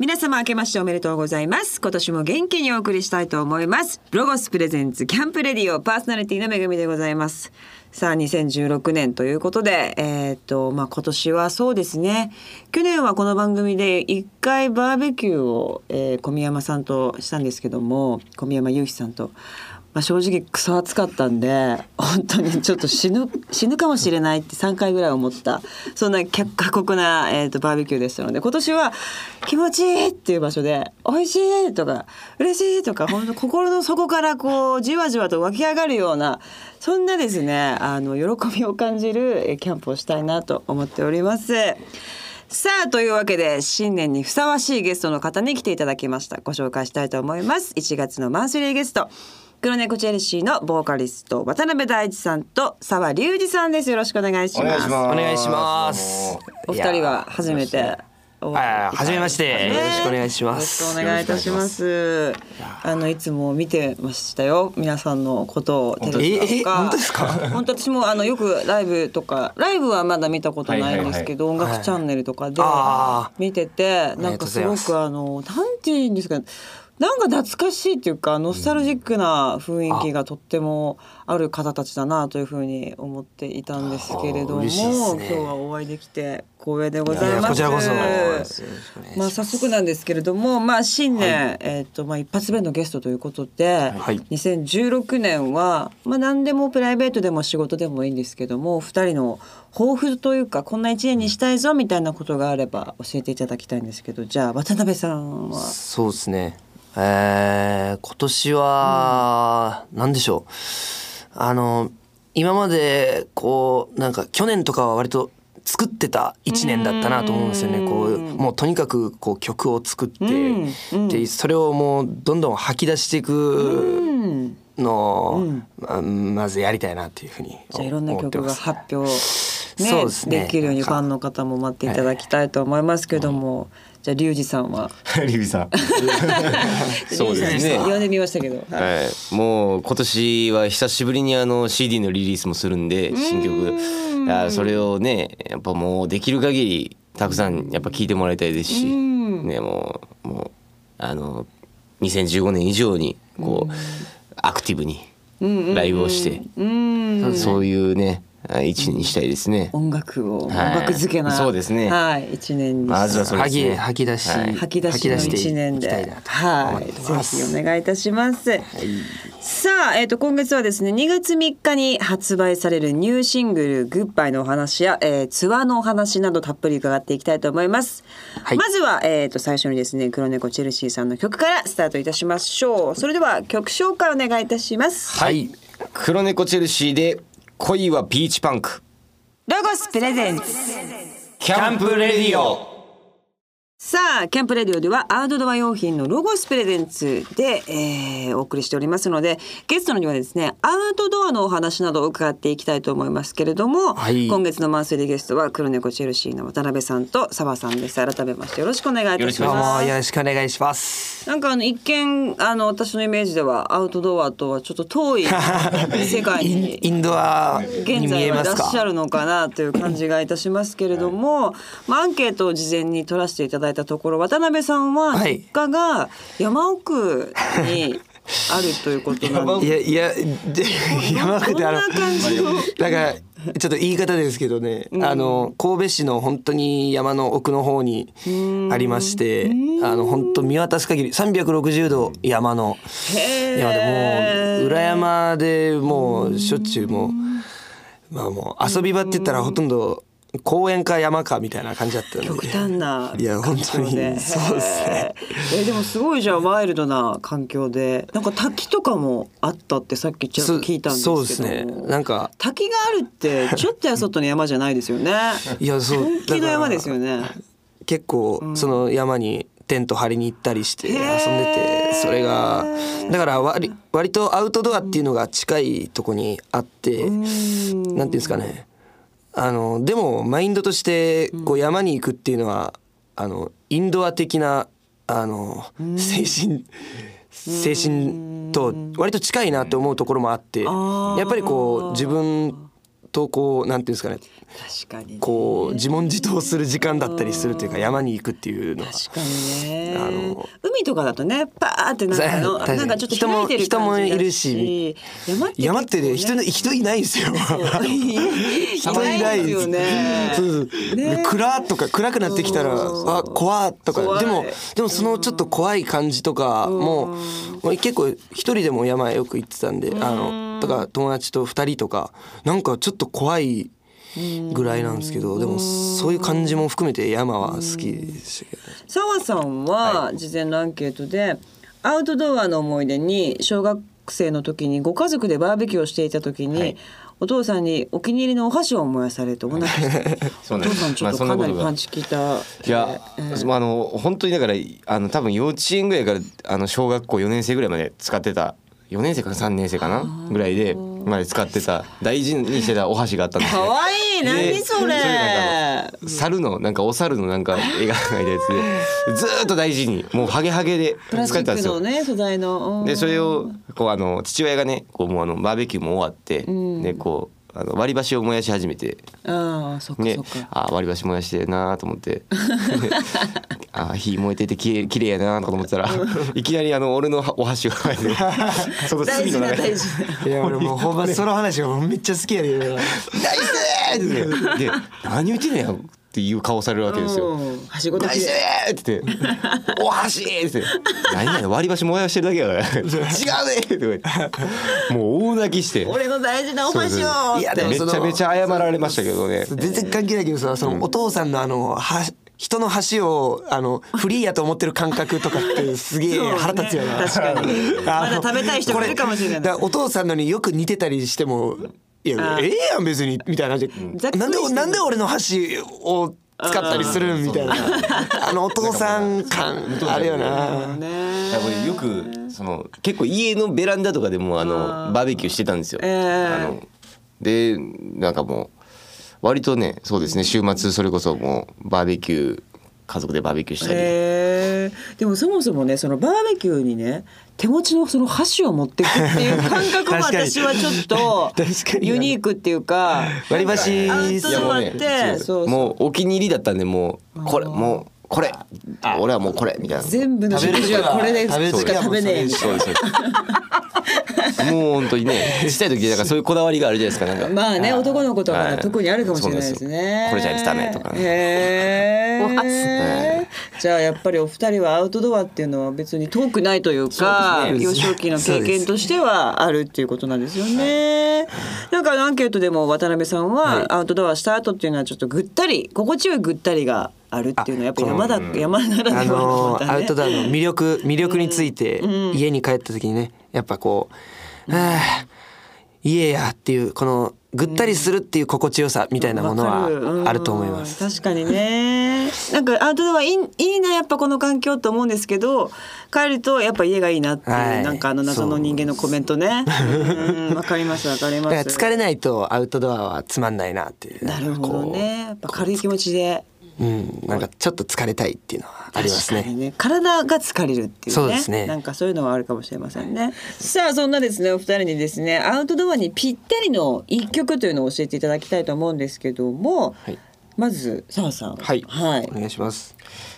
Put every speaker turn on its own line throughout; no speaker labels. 皆様明けましておめでとうございます。今年も元気にお送りしたいと思います。ロゴスプレゼンツキャンプレディオパーソナリティのめぐみでございます。さあ、2016年ということで、えーっと、まあ、今年はそうですね。去年はこの番組で一回バーベキューを、えー小宮山さんとしたんですけども、小宮山雄飛さんと。まあ、正直クソ暑かったんで本当にちょっと死ぬ死ぬかもしれないって3回ぐらい思ったそんな過酷な、えー、とバーベキューでしたので今年は気持ちいいっていう場所で美味しいとか嬉しいとか本当心の底からこうじわじわと湧き上がるようなそんなですねあの喜びを感じるえーキャンプをしたいなと思っております。さあというわけで新年にふさわしいゲストの方に来ていただきましたご紹介したいと思います1月のマンスリーゲスト黒猫チェルシーのボーカリスト渡辺大地さんと沢隆二さんですよろしくお願いし
お願
ま
いし
す
ます。
お願いします
お二人は初め
い
て
や
お会い
あー初めまし
ね
てよろしくお願いします
よろしくお願いいたします。あのいつも見てましたよ。皆さんのことをテレビとか。
本当ですかええ
本当私もあのよくライブとかライブはまだ見たことないんですけど、音楽チャンネルとかで
あ
見てて、
ー
なんかすご
ありがとうございます
くあのなんていうんですか。なんか懐かしいっていうかノスタルジックな雰囲気がとってもある方たちだなというふうに思っていたんですけれども、
あー嬉しいです
今
ね
日はお会いできて光栄でご
い
ざい
や
ます。
こちらこそよろしくお願いし
まあ
ます
早速なんですけれども、まあ新年、えっ、とまあ一発目のゲストということで、
はい
2016年はまあ何でもプライベートでも仕事でもいいんですけども、二人の抱負というかこんな一年にしたいぞみたいなことがあれば教えていただきたいんですけど、じゃあ渡辺さんは
そうですね。えー、今年は、なんでしょう。あの、今まで、こう、なんか、去年とかは割と、作ってた一年だったなと思うんですよね。こう、もうとにかく、こう、曲を作って、
うん
で、それをもう、どんどん吐き出していく
うん、
のを、ままずやりたいなっていうふうに
じゃあいろんな
思って
曲
ま
が
す
発表、
そ
ね
う
で
ですね
きるように
なん
フ
か
ァンの方も待っていただきたいと思いますけども、じゃあリュウジさんは、
リビさん。
そうで
リュウ
すね
ジさん呼んでみましたけど、はい
はい、もう今年は久しぶりにあの CD のリリースもするんで新曲あーそれをねやっぱもうできる限りたくさんやっぱ聴いてもらいたいですし、ね、もうもうあの2015年以上にこうアクティブにライブをしてそういうねあ一年にしたいですね。
音楽を、
はい
音楽付けな
そうですね
はい一年に
まずはそれで
吐
すね
き吐き出し、
はい
吐き出しの
吐
一年で
き出していきたいなと
は
思
い
っ
ぜ
てます
ひお願いいたします、さあ、えー、と今月はですね2月3日に発売されるニューシングル「グッバイ」のお話や、えー、ツアーのお話などたっぷり伺っていきたいと思います、
はい
まずは、えー、と最初にですね黒猫チェルシーさんの曲からスタートいたしましょうそれでは曲紹介お願いいたします
はい、黒猫チェルシーで恋はピーチパンク
ロゴスプレゼンツ
キャンプレディオ
さあキャンプレディオではアウトドア用品のロゴスプレゼンツで、えーお送りしておりますのでゲストにはですねアウトドアのお話などを伺っていきたいと思いますけれども、
はい
今月のマンスリーゲストは黒猫チェルシーの渡辺さんと澤さんです改めましてよろしくお願いいたし
どう
ま
も
す
よろしくお願いします。
なんかあの一見あの私のイメージではアウトドアとはちょっと 遠い世界
イ
に
ンインドアに
現
見
在
え
は
ま
いら
す
っしゃ
か。
るのかなという感じがいたしますけれども、まあ、アンケートを事前に取らせていただいたところ渡辺さんは
はい
実家が山奥にあるということなんで
いやいやで 山奥であの
どんな感じの
だからちょっと言い方ですけどね、あの神戸市の本当に山の奥の方にありましてあの本当見渡す限り360度山の
へー
山でもう裏山でもうしょっちゅうもうまあもう遊び場って言ったらほとんど公園か山かみたいな感じだったんで
極端な環境で
いや本当にそうですね
へーえでもすごいじゃあワイルドな環境でなんか滝とかもあったってさっきちょっと聞いたんですけど
そうそうですねなんか
滝があるってちょっとやそっとの山じゃないですよね
いやそう
本気の山ですよ
ね
ね
結構その山にテント張りに行ったりして遊ん
ー
でてそれがだから割割とアウトドアっていうのが近いとこにあってなんていうんですかねあのでもマインドとしてこう山に行くっていうのはあのインドア的なあの精神精神と割と近いなって思うところもあってやっぱりこう自分とこうなんていうんですかね
確かにね
こう自問自答する時間だったりするというか山に行くっていうのは
確かにね
あの
海とかだとねパーってなんかあの
確かに
なんかちょっと開いてる感じだ
人も人もいるし
山って
山ってね人
ね
の人いないですよ。
人
人いない
ですよね
そうそう
ね
暗とか暗くなってきたら
そう
あ怖っと
怖
か
い
でもでもそのちょっと怖い感じとかも俺結構一人でも山へよく行ってたんであのとか友達と二人とかなんかちょっと怖いぐらいなんですけどでもそういう感じも含めて山は好きでしたけどね
澤さんは事前のアンケートで、アウトドアの思い出に小学生の時にご家族でバーベキューをしていた時に、
はい
お父さんにお気に入りのお箸を燃やされてお腹した
そ
お
うな
父
んです
さんちょっとか
まあそんな
な
こ
り
とが
パンチ効いた、
いや、まああの本当にだからあの多分幼稚園ぐらいからあの小学校4年生ぐらいまで使ってた4年生から3年生かなぐらいでまで使ってた大事にしてたお箸があったんです
か
よ。
わいい何
で
それ
それなんか猿のなんかお猿のなんか絵が描いたやつでずーっと大事にもうハゲハゲで
プラス
使
チ
ってたん
ック
ですよ
の。ね素材のうん
でそれをこうあの父親がねこうもうあのバーベキューも終わって、でこうあの割り箸を燃やし始めて
ああそっか
ね
そっか、
あー割り箸燃やしてるなーと思って あー火燃えててきれいきれいやなーとか思ってたら いきなりあの俺のお箸が入って その
大
隅
事
の
な
中
大
に
事ない
や俺もうほんまその話がめっちゃ好きやで、ね、
大事だーってで何言ってんねやっていう顔されるわけですよ。
うんはしごと
大事だーって言って「お箸!」って「何やねん割り箸燃やしてるだけやから違うね!」とか言ってもう大泣きして
俺の大事なお箸を
そうそう
っ
いや
て
でも
め
そ
ち
の
ゃめちゃ謝られましたけどね
全然関係ないけどさそのお父さんのあのは人の橋をあのフリーやと思ってる感覚とかってすげえ
そうね
腹立つよな、
確かに
あの
まだ食べたい人がいるかもしれない
こだらお父さんのによく似てたりしてもい
あ
や
ー
ええやん別にみたいな感じ
ざっく
で
り
なん
して
で
る
なんで俺の橋を使ったりするんみたいなあのお父さん感あれよな
ね
いやこれよくその結構家のベランダとかでもあのバーベキューしてたんですよ。
ええ
あのでなんかもう割とねそうですね週末それこそもうバーベキュー家族でバーベキューしたり、
へーでもそもそもねそのバーベキューにね手持ちのその箸を持ってくっていう感覚も
確かに
私はちょっ と
確かに
ユニークっていうか
割り
アウ
箸
ト
いや
ド
も
ア
う
っ
ね
て
そう
そうそう
もうお気に入りだったんでもうこれもうこれ俺はもうこれみたいな
全部の
食べ
食
る
事はこれで
食べる
しか食べねえみたい
そうですそうですもう本当にね小さい時でなんかそういうこだわりがあるじゃないですか なん
な
か。
まあね
はい
男の子とか
は
が
い
特にあるかもしれないです
そうなん
ね
よこれじゃないとダメとかね。
へーじゃあやっぱりお二人はアウトドアっていうのは別に遠くないというか
そうですね
幼少期の経験としてはあるっていうことなんですよね。なんかアンケートでも渡辺さんはアウトドアした後っていうのはちょっとぐったり心地よいぐったりがあるっていうのはやっぱ山だ山 なら
あ
ではのま
の
た
ー
ね
アウトドアの魅力魅力について家に帰った時にねやっぱこう「はあ家や」っていうこのぐったりするっていう心地よさみたいなもの
わかるうん
はあると思います。
確かにね。なんかアウトドアいいいいなやっぱこの環境と思うんですけど、帰るとやっぱ家がいいなっていう、
はい
なんかあの謎の人間のコメントね。うんわかりますわかりま
だ
す。
から疲れないとアウトドアはつまんないなっていう。
なるほどね。やっぱ軽い気持ちで。
こう。うん、なんかちょっと疲れたいっていうのはあります
確か
ね。
にね体が疲れるっていうね
そうですね
なんかそういうのはあるかもしれませんねさあそんなですねお二人にですねアウトドアにぴったりの一曲というのを教えていただきたいと思うんですけども、
はい
まず澤さん
はい
はい
お、願いします。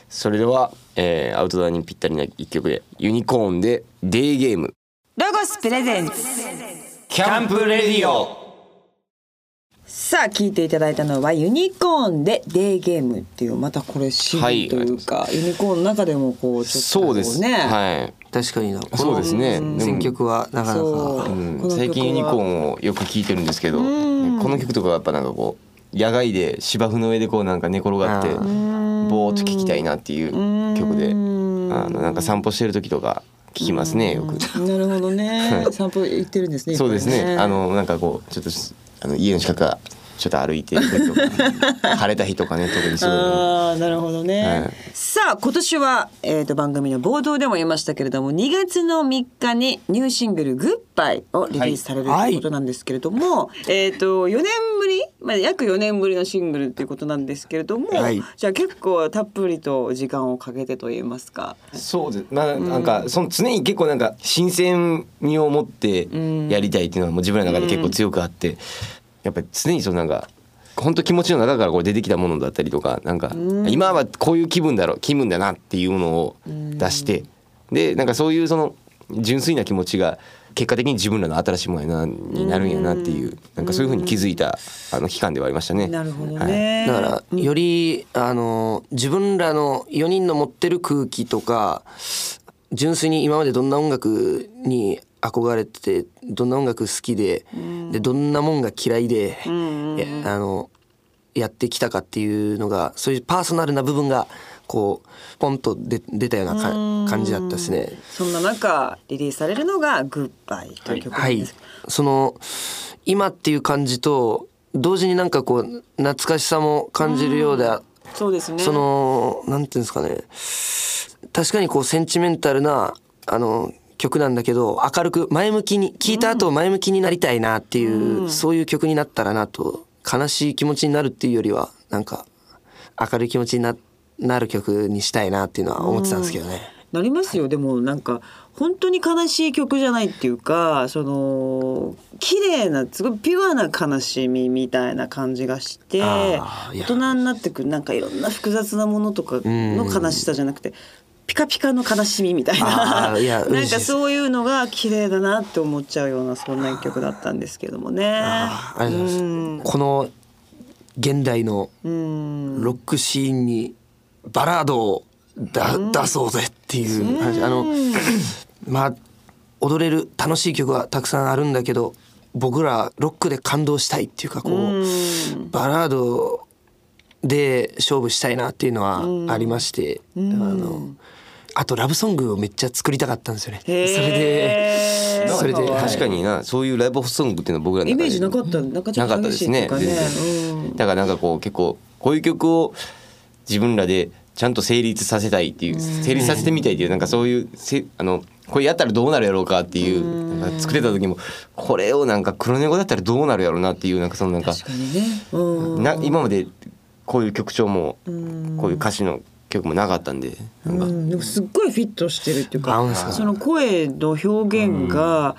それでは、えーアウトドアにぴったりな一曲でユニコーンでデイゲーム
ロゴスプレゼンツ
キャンプレディオ
さあ聞いていただいたのはユニコーンでデーゲームっていうまたこれシ
は
ー
い
ンというか、ユニコーンの中でもこうちょっとこ
そうです
ね、
は
確かにな。
いそうですねでも
選曲はなかな
そう
か。
うん
この曲は
最近ユニコーンをよく聴いてるんですけどこの曲とかはやっぱなんかこう野外で芝生の上でこうなんか寝転がって
あ
ぼ
ー
ーっと聴きたいなっていう曲であのなんか散歩してる時とか聴きますねよく。
なるほどね散歩行ってるんですね
そうです
いっぱい
ね。あのなんかこうちょっとあの家の近くはちょっと歩いてる時とか晴れた日とかね特にそういうの
ああなるほどね、
はい
さあ今年は、えー、と番組の冒頭でも言いましたけれども2月の3日にニューシングル「グッバイ」をリリースされると
はい
いうことなんですけれども、えー、と4年ぶり、まあ、約4年ぶりのシングルということなんですけれども、
はい
じゃあ結構たっぷりと時間をかけてと言いますか。
そうです。まあなんかその常に結構なんか新鮮味を持ってやりたいっていうのはもう自分の中で結構強くあって。やっぱり常にそのなんか本当気持ちの中からこう出てきたものだったりとかなんか今はこういう気分だろ気分だなっていうものを出してでなんかそういうその純粋な気持ちが結果的に自分らの新しいものやなになるんやなっていうなんかそういうふうに気づいたあの期間ではありましたね。
なるほど
はい
ね。
だからよりあの自分らの4人の持ってる空気とか純粋に今までどんな音楽に憧れててどんな音楽好きででどんなもんが嫌いでえあのやってきたかっていうのがそういうパーソナルな部分がこうポンと出出たようなか感じだったですね。
そんな中リリースされるのが「グッバイ」という曲な
は
んで
い
す、
その今っていう感じと同時になんかこう懐かしさも感じるようで、
そうですね
そのなんていうんですかね確かにこうセンチメンタルなあの曲なんだけど明るく前向きに聴いた後前向きになりたいなっていう、そういう曲になったらなと悲しい気持ちになるっていうよりはなんか明るい気持ちにななる曲にしたいなっていうのは思ってたんですけどね。
なりますよでもなんか本当に悲しい曲じゃないっていうかその綺麗なすごいピュアな悲しみみたいな感じがして
あーい
大
や
人になってくるなんかいろんな複雑なものとかの悲しさじゃなくて。ピカピカの悲しみみたいな
あーいや
な
嬉
ん
しいで
か
す
そういうのが綺麗だなって思っちゃうようなそんな一曲だったんですけどもね。
あありがとうござい
うん
ます。この現代の
うん
ロックシーンにバラードをだ、出そうぜっていう話あのまあ踊れる楽しい曲はたくさんあるんだけど僕らロックで感動したいっていうかこう、バラードで勝負したいなっていうのはありまして、あのあとラブソングをめっちゃ作りたかったんですよね。そ
へー
れで
なんか
それで
確かになそういうライブソングっていうのは僕らの
イ
中で
メージなかったなんかちょ
な
っ
か
と
ったで
激しいっ
す
てい
ね
うかね。
全
うん
然だからなんかこう結構こういう曲を自分らでちゃんと成立させたいっていう成立させてみたいっていうなんかそういうせあのこれやったらどうなるやろうかっていうなんか作ってた時もこれをなんか黒猫だったらどうなるやろうなっていうなんかそのなんか
確かにね。うん
な今までこういう曲調もこういう歌詞の曲もなかったんでなんか
うん、でもすっごいフィットしてるっていうか
合うんですか
その声の表現が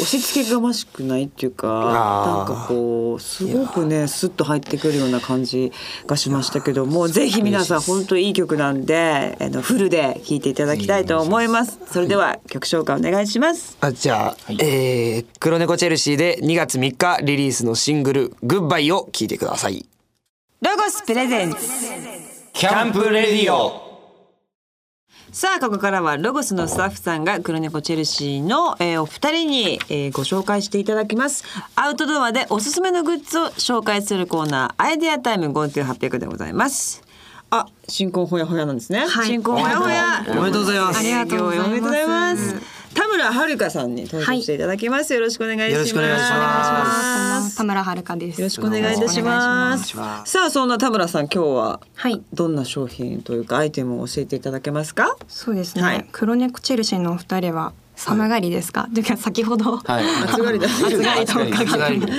押し付けがましくないっていうかなん
あー
かこうすごくねスッと入ってくるような感じがしましたけどもぜひ皆さん本当いい曲なんであのフルで聴いていただきたいと思います。それでは曲紹介お願いします。
あじゃあ、えー黒猫チェルシーで2月3日リリースのシングル「グッバイ」を聴いてください。
ロゴスプレゼンツ
キャンプレディオ
さあここからはロゴスのスタッフさんが黒猫チェルシーの、えーお二人に、えーご紹介していただきますアウトドアでおすすめのグッズを紹介するコーナーアイデアタイム GoTo800 でございますあ新婚ほやほやなんですね、
はい
新婚ほやほや
おめでとうございます
ありがとうございます
おめでとうございます
田村遥さんに登場していただきます、よろしくお願いします
よろしくお願いしま
田村遥です。
よろしくお願いいたしま
お願いします
さあそんな田村さん今日は
はい、
どんな商品というかアイテムを教えていただけますか
そうですね。
はい
黒猫チェルシーのお二人は寒がりですか。というか先ほど、
はい
暑がりだ
暑がりとおか
暑が
け
り
て。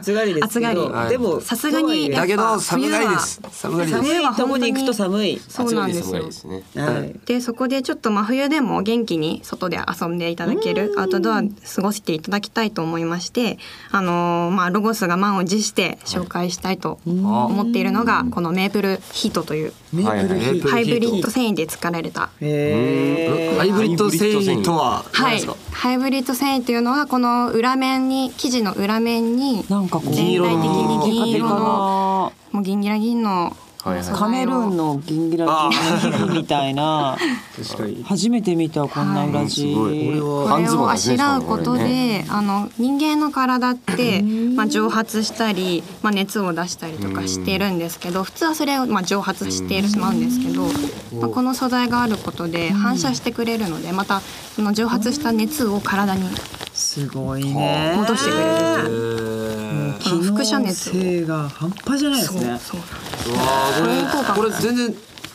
暑がりですけど
暑が
り
でも
さすがに
とはいえ
やっぱ
だけど寒がりです寒がりです
寒いとこに行くと寒い。
そうなんです
暑い
よ
で。すね
はい。
でそこでちょっと真冬でも元気に外で遊んでいただけるアウトドア過ごしていただきたいと思いまして、あのーまあ、ロゴスが満を持して紹介したいと思っているのがこのメープルヒートという
メープルヒート。
ハイブリッド繊維で作られた
へ
ハイブリッド繊維とは何
は
で
い
すか、、
ハイブリッド繊維というのはこの裏面に生地の裏面に
なんかこう
全体的に銀色の
の
もう銀ギラ銀の
はいはい
カメルーンの銀ギラギンの皮膚みたいな
確かに
初めて見たこんな裏地。
は
これをあ
半ズボ
し
ンな
ら
んで
う
すねしかもこ
こ
とれ
で、
ね
あの人間の体って、まあ、蒸発したり、まあ、熱を出したりとかしてるんですけど普通はそれを、まあ、蒸発してしまうんですけど、まあ、この素材があることで反射してくれるのでまたその蒸発した熱を体に
すごいね。
戻してくれるという。
うん。
この副射熱を
機能性が半端じゃないです
そう
ね。
そう
これ全然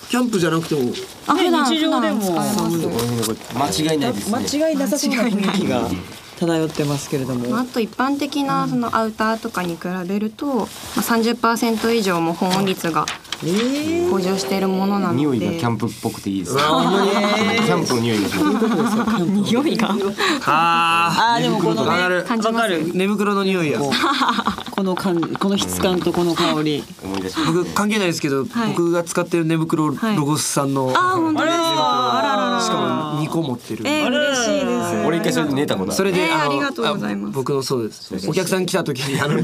キャンプじゃなくても
あ
ね
普段
日常でも
普段使えます
間違いないですね
間違いなさそうな雰囲気が漂ってますけれども。
まあ、あと一般的なそのアウターとかに比べると、まあ、30%以上も保温率が補充しているものなので
匂いがキャンプっぽくていいですね。
うわ
キャンプの匂いがします。
匂いが。
あ
あーでもこのね
わかる
感じますよね
ー寝袋の匂いや
この感じこの質感とこの香り。
思い出しま
僕関係ないですけど、
はい
僕が使ってる寝袋、
はい
ロゴスさんの
あ本当ですかあらららら
しかも2個持ってる、
えー、嬉しいです
す。俺一回それで寝たことある。
それで、
えー
あの
ありがとうございます
あ僕のそうですお客さん来た時にあの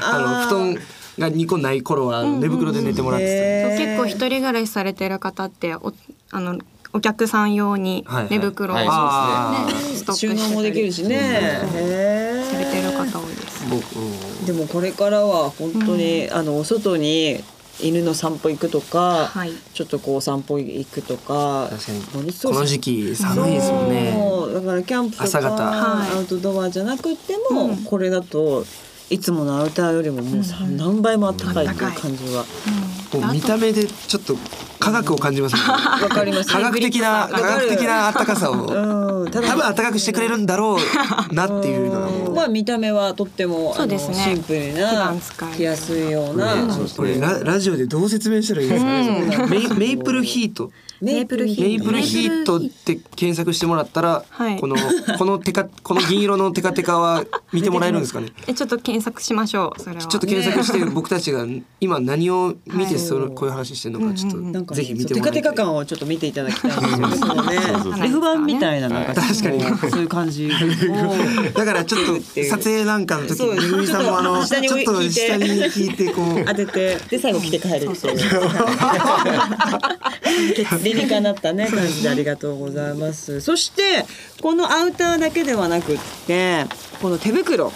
あの布団が2個ない頃は寝袋で寝てもらってた、
そう
へ
結構一人暮らしされてる方っておあのお客さん用に
はいはい
寝袋を、
はい
あ
ねストッ
ー
ク
収
してたり
納もできるしね。へ
されてる
ー
方多いです。
僕うん
でもこれからは本当に、あのお外に犬の散歩行くとか、
はい
ちょっとこう散歩行くとか、
確かに
こ
この時期寒いですもんね
そうだからキャンプと
朝方
か
はい
アウトドアじゃなくても、
うん
これだといつものアウターよりももうさ、何倍もあったかいっていう
あったか
感じは
うん
もう見た目でちょっと科学を感じますもん ね
わかります。
科学的な科学的な暖かさを
うん、た
多
だ
分暖かくしてくれるんだろうなっていうのがもう
まあ見た目はとってもあ
そう
の
ですね
シンプル
普
な
段使える
着やすいような、
ねそうこれララジオでどう説明したらいいですかね、メイメイプルヒート
メイプルヒ
メイ
ート
プルヒートって検索してもらったら、
はい
このこのテカこの銀色のテカテカは見てもらえるんですかね。
えちょっと検索しましょう。それは。
ちょっと検索して僕たちが今何を見
は
て
い
そのこういう話してるのかちょ
う
っ
んうん
なん
と
かね
ぜひ見て
そう
も
テカ
らいたい。
テカ感をちょっと見ていただきたいですよね。そう
そう
ね。レフ板みたいななんか
確かに
そういう感じ。
だからちょっと撮影なんかの時
そう
にめぐみさんもあの
下に
ちょっと
聞いて
下に聞いてこう
当ててで最後着て帰るっていう。 理にかなったね感じでありがとうございます。そしてこのアウターだけではなくってこの手袋。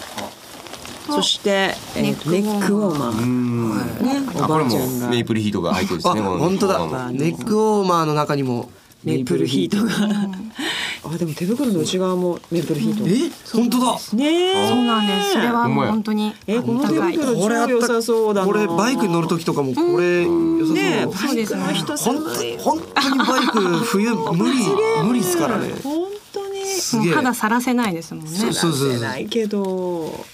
そして、えーとネ
ネッ
ック
ク
ウ
ウ
ォー
ォー
マー。
うん
ね、お
あこ
ば
れ
あち
も
ゃんが
メイプルヒートが入ってるん で
あ
すね。この
本当だ
このまま
ネックウォーマーの中にも
メープルヒートが。 あでも手袋の内側もメープルヒート。
え本当だ
ねえ。
そうなんです。それはもう本当に。
えこの手
高い
袋
これ
超
あった
良さそうだな。
これバイクに乗る時とかもこれ良さそう。
ねえ
そうですね。
本当本当にバイク 冬無理無理ですからね。
本当に。
す
も
げ
う
え。
肌さらせないですもんね。
そうそうそうそう。
ないけど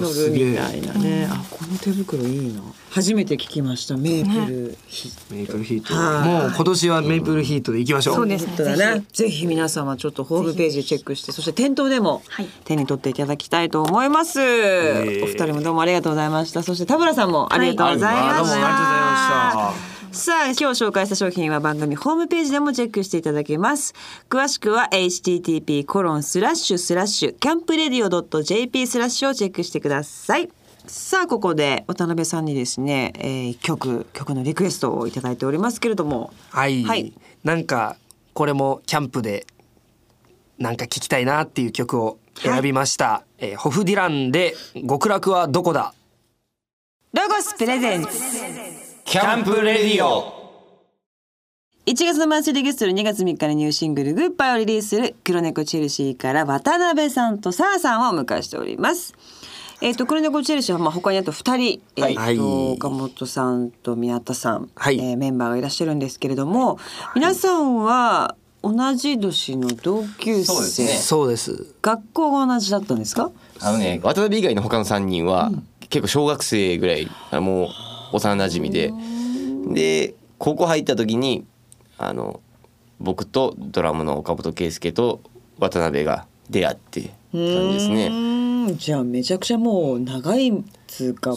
乗る
すげえ
みたいなね。あこの手袋いいな。初めて聞きましたメープルヒー
メイプルヒート。
はい
もう今年はメイプルヒートで行きましょう。
そうです
トだね。ぜひ皆様ちょっとホームページチェックして、そして店頭でも
はい
手に取っていただきたいと思います。お二人もどうもありがとうございました。そして田村さんもありがとうございました。
どうもありがとうございました。
さあ、今日紹介した商品は番組ホームページでもチェックしていただけます。詳しくは http コロンスラッシュスラッシュキャンプレディオ .jp スラッシュをチェックしてください。さあ、ここで渡辺さんにですね、えー、一曲、曲のリクエストをいただいておりますけれども。
はい、
はい
なんかこれもキャンプでなんか聞きたいなっていう曲を選びました、えーホフディランで「極楽はどこだ
ロゴスプレゼンツ。
キャンプレディオ。
1月のマンスリーゲストで2月3日にニューシングル「グッバイ」をリリースする黒猫チェルシーから渡辺さんとサーさんをお迎えしております。えっ、と黒猫チェルシーはまあ他にあと2人、
はい
えーと
はい
岡本さんと宮田さん、
はい
えーメンバーがいらっしゃるんですけれども、皆さんは同じ年の同級
そうです
生、
ね」
そうです
学校が同じだったんですか？
あのね渡辺以外の他の三人は結構小学生ぐらいあもう幼馴染みでで高校入った時にあの僕とドラムの岡本圭介と渡辺が出会ってって感じですね。
ね。じゃあめちゃくちゃもう長いっつうかもう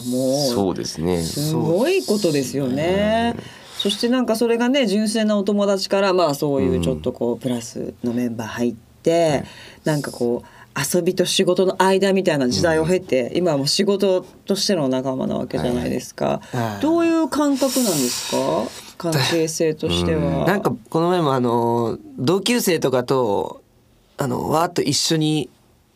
そうですね。
すごいことですよね。そしてなんかそれがね純粋なお友達からまあそういうちょっとこうプラスのメンバー入って、なんかこう遊びと仕事の間みたいな時代を経て、今はもう仕事としての仲間なわけじゃないですか、
はい
どういう感覚なんですか関係性としては。
なんかこの前もあの同級生とかとあのわーっと一緒に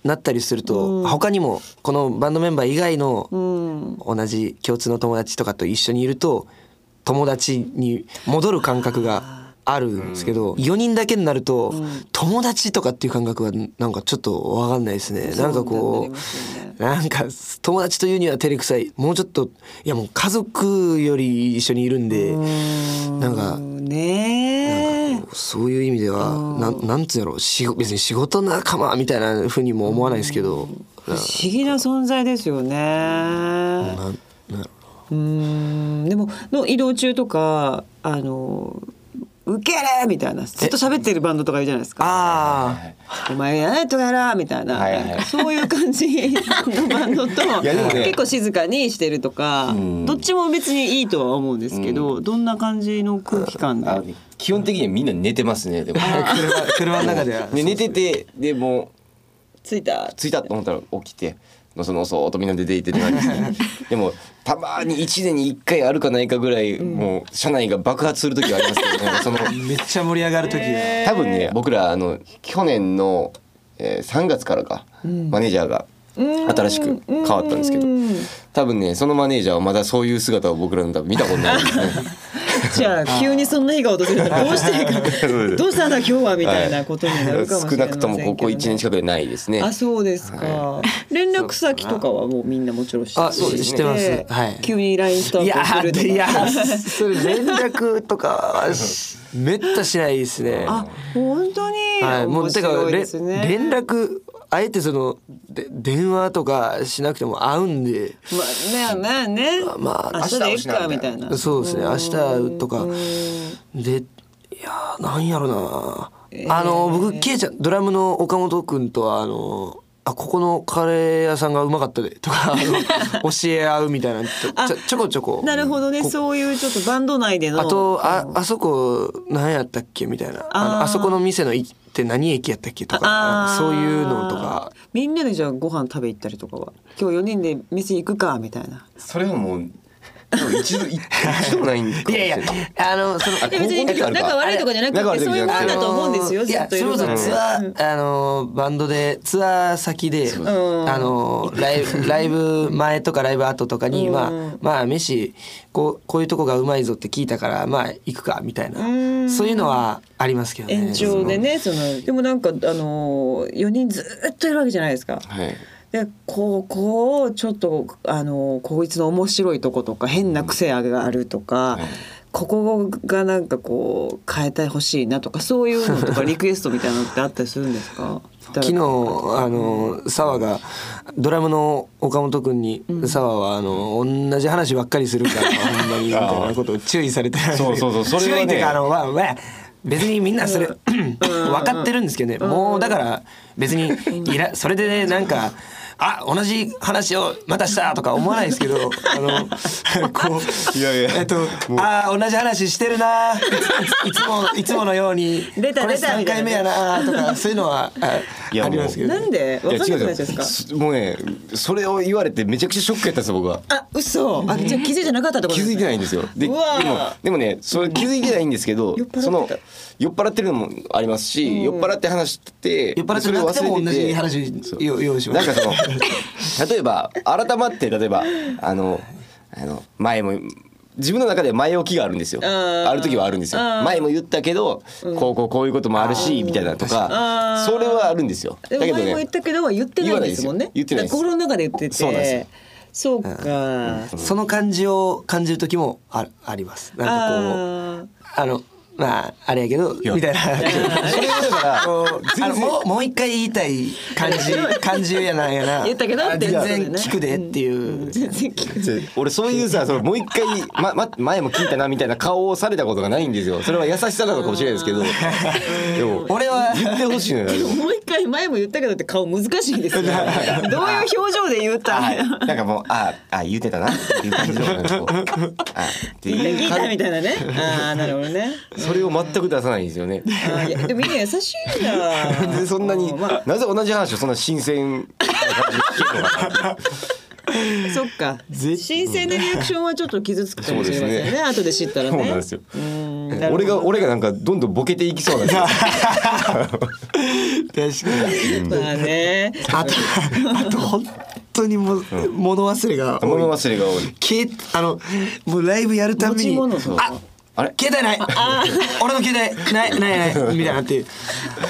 なったりすると、他にもこのバンドメンバー以外の
うん
同じ共通の友達とかと一緒にいると友達に戻る感覚があるんですけど、4人だけになると、友達とかっていう感覚はなんかちょっと分かんないですね。なんかこうなんか友達というには照れくさいもうちょっといやもう家族より一緒にいるんでなんか
ねえ
そういう意味ではなんなんつうんやろうしご別に仕事仲間みたいなふうにも思わないですけど
不思議な存在ですよね。
ななんやろ
ううんでもの移動中とかあのウケるみたいなずっと喋ってるバンドとかいるじゃないですか
あ
「お前やないとやら」みたいな、
はいはいはい
そういう感じのバンドと、
いやでもね
結構静かにしてるとか
ん
どっちも別にいいとは思うんですけど、どんな感じの空気感で
あのね基本的にはみんな寝てますねでも
あ車車の中では
ね寝ててでも
着いた
う着いたと思ったら起きてのそのそーっとみんな出て行ってって感じで すねでもたまに1年に1回あるかないかぐらい、もう車内が爆発する時はありますけどねそ の
めっちゃ盛り上がる時
多分ね僕らあの去年の、えー3月からか、マネージャーが新しく変わったんですけど多分ねそのマネージャーはまだそういう姿を僕らの多分見たことないですね。
じゃあ急にそんな日が訪れたらどうしてい いか どうしたんだ今日はみたいなことになるかもしれませんけど、
少
ね
なくともここ1年近くでないですね。
あそうですか、 連絡先とかはもうみんなもちろん知って
あそうですしてますはい
急に LINE スター
いや
トするとか
いやそれ連絡とかはしめったしないですね。
あ本当に、
はい、も
面
うてか
白い
れ
ですね
連絡あえてそので電話とかしなくても会うんで
まあねまあね、
まあ
明日でいいかみたいな
そうですね明日とかでいやーなんやろな、あの僕ケイちゃんドラムの岡本君とはあのあここのカレー屋さんがうまかったでとか あの教え合うみたいなちょちょちょこちょこ
なるほどねそういうちょっとバンド内での
あとああそこ何やったっけみたいなあの
あー
あそこの店のいって何駅やったっけとか
あー
そういうのとか
みんなでじゃあご飯食べ行ったりとかは今日4人で飯行くかみたいな
それはもう多分一度一度もないんかもしれない。
あのその
あ
いや別に
高校の時あるか
仲悪いとかじゃな
仲
く
悪
て
い時
そういうもんだと思うんですよ
い
ず
や
っとい
それ
るか
こそ
ら
ツアーあのバンドでツアー先で
ん
あのライ ブライブ前とかライブ後とかにまあまあ飯こうこういうとこがうまいぞって聞いたからまあ行くかみたいなそういうのはありますけどね
延長でねそのでもなんかあの4人ずっといるわけじゃないですか。
はい。
でここをちょっとあのこいつの面白いとことか変な癖があるとか、ここがなんかこう変えてほしいなとかそういうのと かリクエストみたいなのってあったりするんですか
昨日あの澤がドラムの岡本君に澤はあの同じ話ばっかりする からほんまにみたいなことを注意されて
そうそうそうそれは
注
ね
意っていうかあのまあまあ別にみんなそれ分かってるんですけどねもうだから別にいらそれでねなんか。あ同じ話をまたしたとか思わないですけどあのこう
いやいや
えっとあー同じ話してるないついつもいつものように
出た
これ
出たみ
3
たい
回
な
目やなとかそういうのはあ
いや
ありますけど
なんで
い
分
や
かんな
違
くな
う
っちゃうんですか
すよ。もうねそれを言われてめちゃくちゃショックやったんですよ僕は。
あ嘘あじゃあ気づいてなかったってこと
気
です
づ
ね
いてないんですよ。でで
う
も
わー
でもねそれ気づいてないんですけど
酔っ払ってた
その酔っ払ってるのもありますし、酔っ払って話して
酔っ払ってなくても同じ話用用意しま
なん
す
かその例えば改まって例えばあのあの前も自分の中で前置きがあるんですよ
ん
ある時はあるんですよ前も言ったけどこうこうこういうこともあるしみたいなとかそれはあるんですよ
で
だけ
も
ど
前も言
ね
ったけどは言ってないんですもんね
言わないですよ言ってないです
だから心の中で言ってて
そうなんです
そ
よ
うか、
その感じを感じる時もあありますなんかこ
あ
うあのまああれやけどみたいな
それはだか ら
こうあのもうもう一回言いたい感じ 感じやなんやな
言ったけどって
全
やつね
然聞くでって いう
ー全然聞く
ちょ俺そういうさそのもう一回、まま、前も聞いたなみたいな顔をされたことがないんですよそれは優しさなのかもしれないですけどでも
俺は
言ってほしいのよ
でももう一回前も言ったけどって顔難しい ですねどういう表情で言うた
はい
ギ
なんかもうああ言うてたなっていう感じのなんかこうあって
ター
い
ギ
う
ター
感
み
じ
たいなねああなるほどね
それを全く出さないんですよね
あーい やでもみんな優しいんだ
で そんなに
うまあ
なぜ同じ話をそんな新鮮な感じで聞けるのかな
そっか新鮮なリアクションはちょっと傷つくかもしれません
そう
ね
ですね
後で知ったらね
そうなんですよ
うんなるほど
俺が俺がなんかどんどんボケていきそうなんですよ
確かに
まあね
あ とあと本当にもう物忘れが多い
物忘れが多い
携あのもうライブやるたび
持
に
ち物とか
あ
あれ
携帯ない俺 の携帯ないないないみたいなって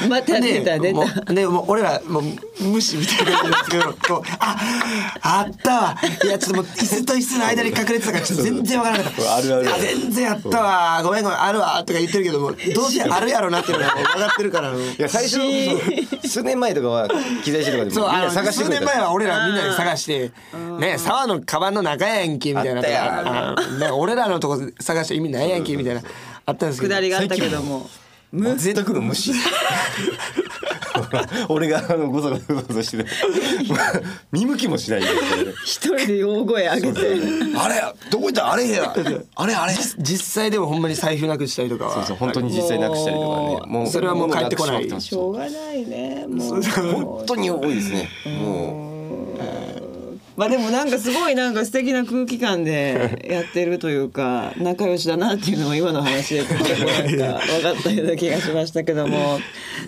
また出た出
でも
た
うでもう俺らもう
無視みたいな感じなんですけ どこうああったわいやちょっともう椅子と椅子の間に隠れてたからちょっと全然わからなかった
あるある
いや全然あったわごめんごめんあるわとか言ってるけどもどうせあるやろなっていうのは分かってるからもう
いや最初そう数年前とかは機材誌とかでもみん
そうあ
な
の
探して
数
くれ
年前
た
は俺らみんなで探してね沢のカバンの中やんけみたいな
あったや
あね俺らのとこ探して意味ないやんけみたいなあったんですけど
下りがあったけども。
全くの無視 俺があのごそごそごそごそしてて見向きもしないよ
一人で大声上げて。
あれどこ行ったあれやあれあれ
実際でもほんまに財布なくしたりとか
そう
は
そう本当に実際なくしたりとかねもう
それはもう帰ってこない
もうなくし
し
ま
ょ
っ
うがないね。もう。
てます本当に多いですねも
まあでもなんかすごいなんか素敵な空気感で やってるというか仲良しだなっていうのも今の話でこうなんか 分かったような気がしましたけども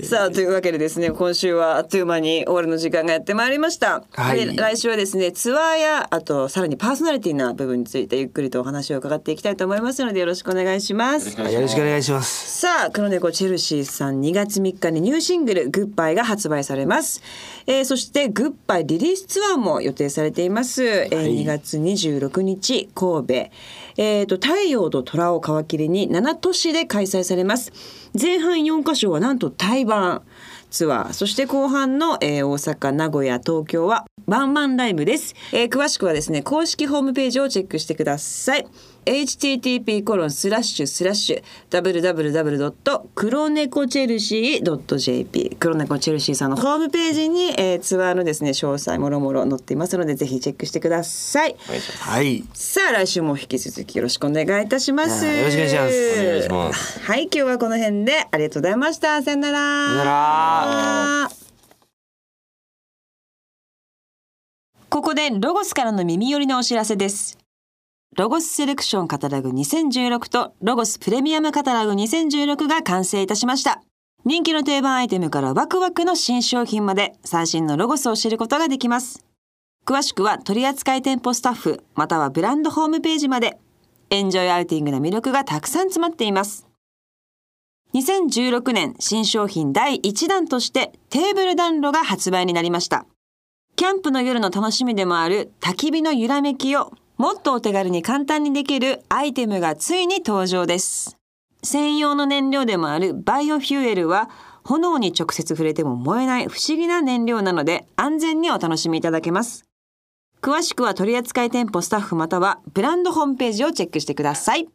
さあというわけでですね今週はあっという間に終わりの時間がやってまいりました、
はい
で来週はですねツアーやあとさらにパーソナリティな部分についてゆっくりとお話を伺っていきたいと思いますのでよろしくお願いします
よろしくお願いします
さあ黒猫チェルシーさん2月3日にニューシングル「グッバイ」が発売されます、えーそして「グッバイ」リリースツアーも予定されています、えー2月26日神戸、えーと「太陽と虎」を皮切りに7都市で開催されます前半4カ所はなんと対バンツアーそして後半の、えー大阪名古屋東京はワンマンライブです、えー詳しくはですね公式ホームページをチェックしてください http コロンスラッシュスラッシュ www. 黒猫チェルシー .jp 黒猫チェルシーさんのホームページに、えーツアーのですね詳細もろもろ載っていますのでぜひチェックしてください
はい
さあ来週も引き続きよろしくお願いいたします
よろしくお願いします
うお願いします
はい今日はこの辺でありがとうございましたさよなら
なら
ここでロゴスからの耳寄りなお知らせですロゴスセレクションカタログ2016とロゴスプレミアムカタログ2016が完成いたしました人気の定番アイテムからワクワクの新商品まで最新のロゴスを知ることができます詳しくは取扱店舗スタッフまたはブランドホームページまでエンジョイアウティングの魅力がたくさん詰まっています2016年新商品第1弾としてテーブル暖炉が発売になりましたキャンプの夜の楽しみでもある焚き火の揺らめきをもっとお手軽に簡単にできるアイテムがついに登場です専用の燃料でもあるバイオフューエルは炎に直接触れても燃えない不思議な燃料なので安全にお楽しみいただけます詳しくは取扱店舗スタッフまたはブランドホームページをチェックしてください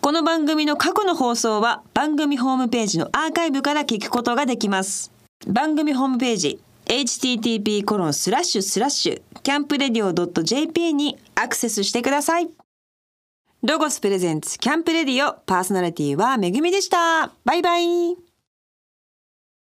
この番組の過去の放送は番組ホームページのアーカイブから聞くことができます番組ホームページ http コロンスラッシュスラッシュキャンプレディオ .jp にアクセスしてくださいロゴスプレゼンツキャンプレディオパーソナリティはめぐみでしたバイバイ